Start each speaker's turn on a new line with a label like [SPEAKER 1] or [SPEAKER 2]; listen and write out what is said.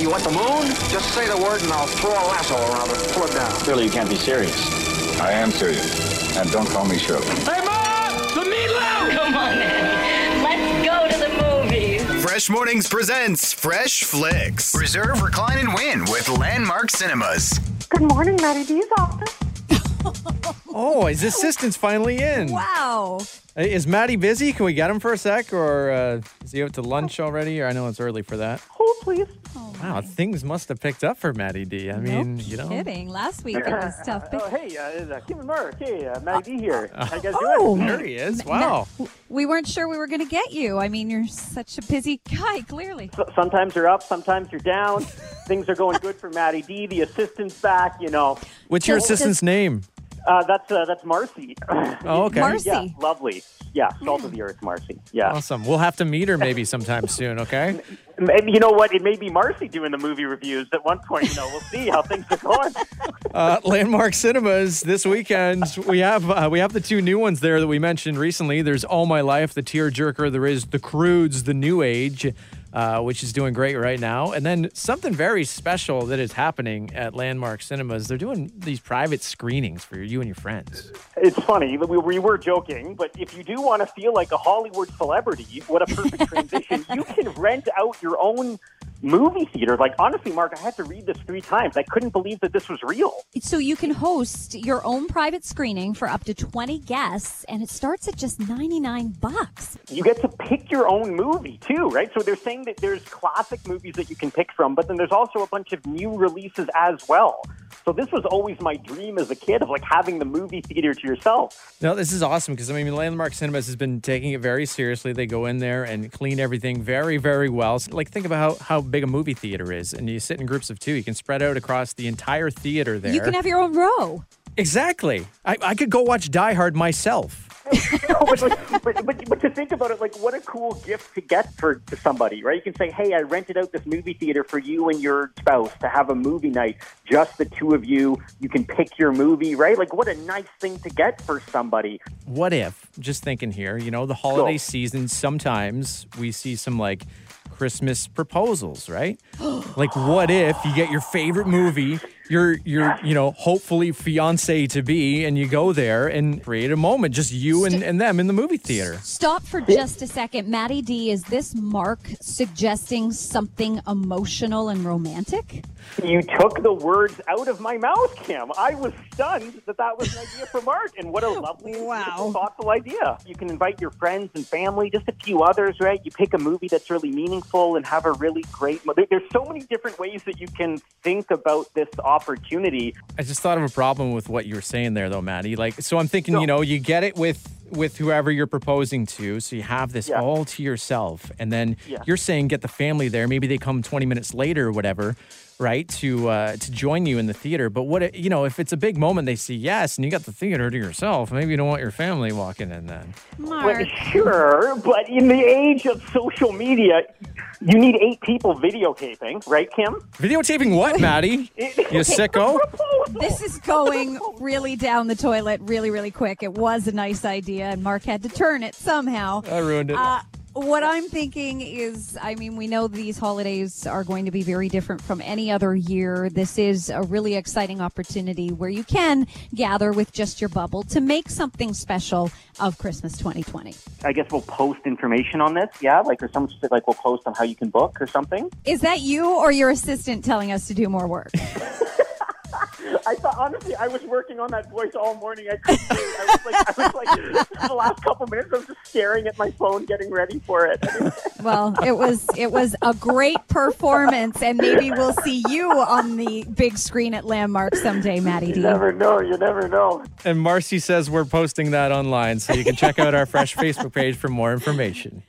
[SPEAKER 1] You want the moon? Just say the word and I'll throw a lasso around it and pull it down.
[SPEAKER 2] Clearly, you can't be serious.
[SPEAKER 3] I am serious. And don't call me Shirley.
[SPEAKER 4] Hey, Mom! The meatloaf!
[SPEAKER 5] Come on, Annie. Let's go to the movies.
[SPEAKER 6] Fresh Mornings presents Fresh Flicks.
[SPEAKER 7] Reserve, recline, and win with Landmark Cinemas.
[SPEAKER 8] Good morning, Matty D's office.
[SPEAKER 9] Oh, his assistant's finally in.
[SPEAKER 10] Wow.
[SPEAKER 9] Uh, Is Maddie busy? Can we get him for a sec? Or uh, is he out to lunch already? Or I know it's early for that.
[SPEAKER 8] Hold, please.
[SPEAKER 10] Oh,
[SPEAKER 9] Wow, things must have picked up for Maddie D. I mean, you know.
[SPEAKER 10] Kidding. Last week it was stuff.
[SPEAKER 1] Oh, hey, uh, it's uh, Kevin Murray. Hey, uh, Matty D here. How you guys
[SPEAKER 10] Oh,
[SPEAKER 1] doing?
[SPEAKER 9] There he is. Wow.
[SPEAKER 10] we weren't sure we were going to get you. I mean, you're such a busy guy, clearly.
[SPEAKER 1] So- Sometimes you're up, sometimes you're down. Things are going good for Matty D. The assistant's back, you know.
[SPEAKER 9] What's your
[SPEAKER 10] Does- does-
[SPEAKER 9] assistant's name?
[SPEAKER 1] Uh, that's uh, that's Marcy.
[SPEAKER 9] Oh, okay.
[SPEAKER 10] Marcy. Hmm.
[SPEAKER 1] yeah, lovely. Yeah, salt of the earth, Marcy. Yeah.
[SPEAKER 9] Awesome. We'll have to meet her maybe sometime soon, okay?
[SPEAKER 1] Maybe, you know what? It may be Marcy doing the movie reviews at one point. You know, we'll see how things are going.
[SPEAKER 9] Uh, Landmark Cinemas this weekend. We have uh, we have the two new ones there that we mentioned recently. There's All My Life, the tearjerker. There is The Crudes, the New Age, uh, which is doing great right now. And then something very special that is happening at Landmark Cinemas. They're doing these private screenings for you and your friends.
[SPEAKER 1] It's funny. We, we were joking, but if you do want to feel like a Hollywood celebrity, what a perfect transition. You can rent out your own movie theater. Like, honestly, Mark, I had to read this three times. I couldn't believe that this was real.
[SPEAKER 10] So you can host your own private screening for up to 20 guests, and it starts at just 99 bucks.
[SPEAKER 1] You get to pick your own movie, too, right? So they're saying that there's classic movies that you can pick from, but then there's also a bunch of new releases as well. So this was always my dream as a kid of like having the movie theater to yourself.
[SPEAKER 9] No, this is awesome because I mean, Landmark Cinemas has been taking it very seriously. They go in there and clean everything very, very well. So, like, think about how, how big a movie theater is, and you sit in groups of two. You can spread out across the entire theater there.
[SPEAKER 10] You can have your own row.
[SPEAKER 9] exactly. I, I could go watch Die Hard myself.
[SPEAKER 1] No, but, like, but, but, but to think about it, like, what a cool gift to get for to somebody, right? You can say, hey, I rented out this movie theater for you and your spouse to have a movie night, just the two of you. You can pick your movie, right? Like, what a nice thing to get for somebody.
[SPEAKER 9] What if? Just thinking here, you know, the holiday
[SPEAKER 1] Cool.
[SPEAKER 9] season. Sometimes we see some like Christmas proposals, right? like, what if you get your favorite movie? Your, your, you know, hopefully fiance to be, and you go there and create a moment, just you and, and them in the movie theater.
[SPEAKER 10] Stop for just a second. Maddie D, is this Mark suggesting something emotional and romantic?
[SPEAKER 1] You took the words out of my mouth, Kim. I was stunned that that was an idea from Art, and what a lovely,
[SPEAKER 10] Wow.
[SPEAKER 1] beautiful, thoughtful idea. You can invite your friends and family, just a few others, right? You pick a movie that's really meaningful and have a really great. Mo- there, there's so many different ways that you can think about this opportunity.
[SPEAKER 9] I just thought of a problem with what you were saying there, though, Maddie. Like, so I'm thinking, you know, you get it with with whoever you're proposing to, so you have this
[SPEAKER 1] Yeah.
[SPEAKER 9] all to yourself, and then
[SPEAKER 1] Yeah.
[SPEAKER 9] you're saying get the family there. Maybe they come 20 minutes later or whatever, right? To uh, to join you in the theater. But what it- you know, if it's a big moment, they see yes, and you got the theater to yourself. Maybe you don't want your family walking in then.
[SPEAKER 10] Mark.
[SPEAKER 1] Sure, but in the age of social media, you need eight people videotaping, right, Kim?
[SPEAKER 9] Videotaping what, Maddie? you sicko.
[SPEAKER 10] This is going really down the toilet really, really quick. It was a nice idea, and Mark had to turn it somehow.
[SPEAKER 9] I ruined it.
[SPEAKER 10] Uh, what I'm thinking is, I mean, we know these holidays are going to be very different from any other year. This is a really exciting opportunity where you can gather with just your bubble to make something special of Christmas 2020.
[SPEAKER 1] I guess we'll post information on this, yeah? Like, or some like we'll post on how you can book or something.
[SPEAKER 10] Is that you or your assistant telling us to do more work?
[SPEAKER 1] I thought honestly, I was working on that voice all morning. I couldn't. do it. I was like, I was like, for the last couple minutes, I was just staring at my phone, getting ready for it.
[SPEAKER 10] Well, it was it was a great performance, and maybe we'll see you on the big screen at Landmark someday, Maddie D.
[SPEAKER 1] know. You never know.
[SPEAKER 9] and Marcy says we're posting that online, so you can check out our fresh Facebook page for more information.